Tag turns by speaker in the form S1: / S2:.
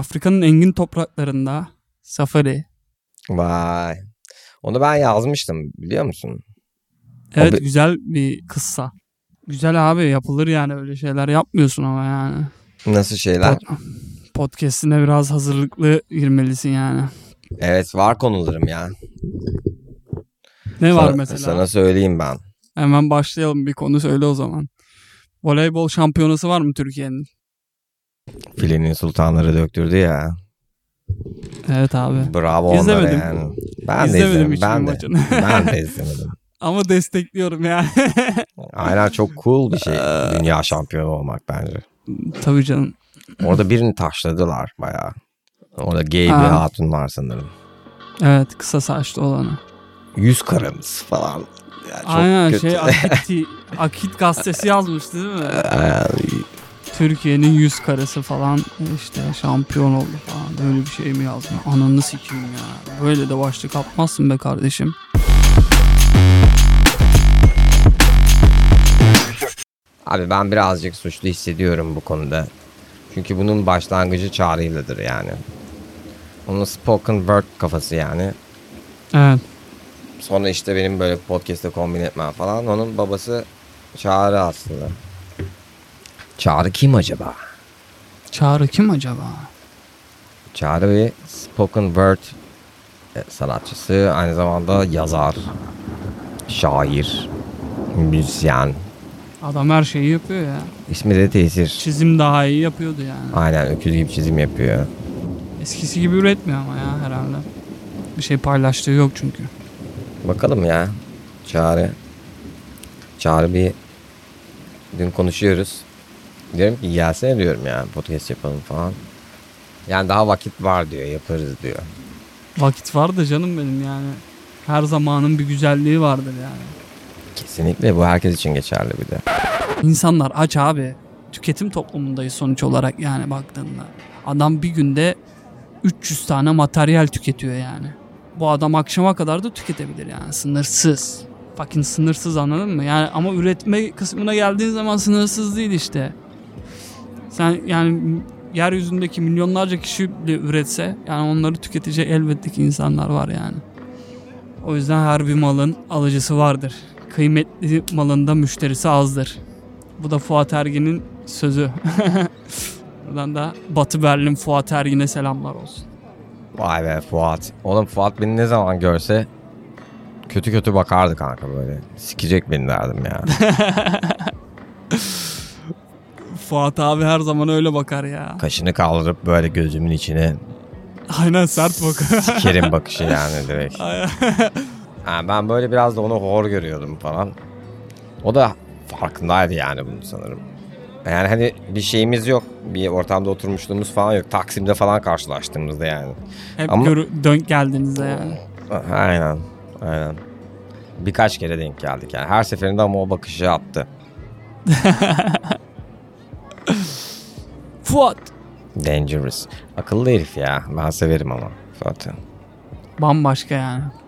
S1: Afrika'nın engin topraklarında safari.
S2: Vay. Onu ben yazmıştım biliyor musun?
S1: Evet
S2: Abi-
S1: güzel bir kıssa. Güzel abi yapılır yani öyle şeyler yapmıyorsun ama yani.
S2: Nasıl şeyler?
S1: Pod- Podcast'ine biraz hazırlıklı girmelisin yani.
S2: Evet var konularım ya.
S1: Ne var
S2: Sana-
S1: mesela?
S2: Sana söyleyeyim ben.
S1: Hemen başlayalım bir konu söyle o zaman. Voleybol şampiyonası var mı Türkiye'nin?
S2: Filenin sultanları döktürdü ya.
S1: Evet abi.
S2: Bravo onlara
S1: İzlemedim.
S2: yani. Ben de
S1: İzlemedim
S2: izlemedim.
S1: hiçbir
S2: Ben de.
S1: maçını.
S2: ben de izlemedim.
S1: Ama destekliyorum yani.
S2: Aynen çok cool bir şey.
S1: Ee.
S2: Dünya şampiyonu olmak bence.
S1: Tabii canım.
S2: Orada birini taşladılar bayağı. Orada gay bir
S1: Ha.
S2: hatun var sanırım.
S1: Evet kısa saçlı olanı.
S2: Yüz karamız falan. Ya çok
S1: Aynen
S2: kötü.
S1: şey Akit, Akit gazetesi yazmış değil mi?
S2: Ee,
S1: Türkiye'nin yüz karası falan e, işte şampiyon oldu falan. Böyle bir şey mi yazdın? Ananı sikeyim ya. Böyle de başlık atmazsın be kardeşim.
S2: Abi ben birazcık suçlu hissediyorum bu konuda. Çünkü bunun başlangıcı çağrıyladır yani. Onun spoken word kafası yani.
S1: Evet.
S2: Sonra işte benim böyle podcast'te kombin etmem falan. Onun babası Çağrı aslında. Çağrı kim acaba?
S1: Çağrı kim acaba?
S2: Çağrı bir spoken word e, sanatçısı. Aynı zamanda yazar, şair, müzisyen.
S1: Adam her şeyi yapıyor ya.
S2: İsmi de Tesir.
S1: Çizim daha iyi yapıyordu yani.
S2: Aynen öküz gibi çizim yapıyor.
S1: Eskisi gibi üretmiyor ama ya herhalde. Bir şey paylaştığı yok çünkü.
S2: Bakalım ya. Çağrı. Çağrı bir dün konuşuyoruz. Diyorum ki gelsene diyorum ya podcast yapalım falan. Yani daha vakit var diyor yaparız diyor.
S1: Vakit vardı canım benim yani. Her zamanın bir güzelliği vardır yani.
S2: Kesinlikle bu herkes için geçerli bir de.
S1: İnsanlar aç abi. Tüketim toplumundayız sonuç olarak yani baktığında. Adam bir günde 300 tane materyal tüketiyor yani. Bu adam akşama kadar da tüketebilir yani sınırsız. Fucking sınırsız anladın mı? Yani ama üretme kısmına geldiğin zaman sınırsız değil işte. Sen yani yeryüzündeki milyonlarca kişi bile üretse yani onları tüketecek elbette ki insanlar var yani. O yüzden her bir malın alıcısı vardır. Kıymetli malında müşterisi azdır. Bu da Fuat Ergin'in sözü. Buradan da Batı Berlin Fuat Ergin'e selamlar olsun.
S2: Vay be Fuat. Oğlum Fuat beni ne zaman görse kötü kötü bakardı kanka böyle. Sikecek beni derdim ya.
S1: Fuat abi her zaman öyle bakar ya.
S2: Kaşını kaldırıp böyle gözümün içine
S1: Aynen sert bakar.
S2: sikerim bakışı yani direkt. Ha, ben böyle biraz da onu hor görüyordum falan. O da farkındaydı yani bunu sanırım. Yani hani bir şeyimiz yok. Bir ortamda oturmuşluğumuz falan yok. Taksim'de falan karşılaştığımızda yani.
S1: Hep
S2: Ama-
S1: görü- dön geldiğinizde yani.
S2: Aynen. Aynen. Birkaç kere denk geldik yani. Her seferinde ama o bakışı attı.
S1: Fuat
S2: Dangerous. Akıllı herif ya. Ben severim ama zaten.
S1: bambaşka yani.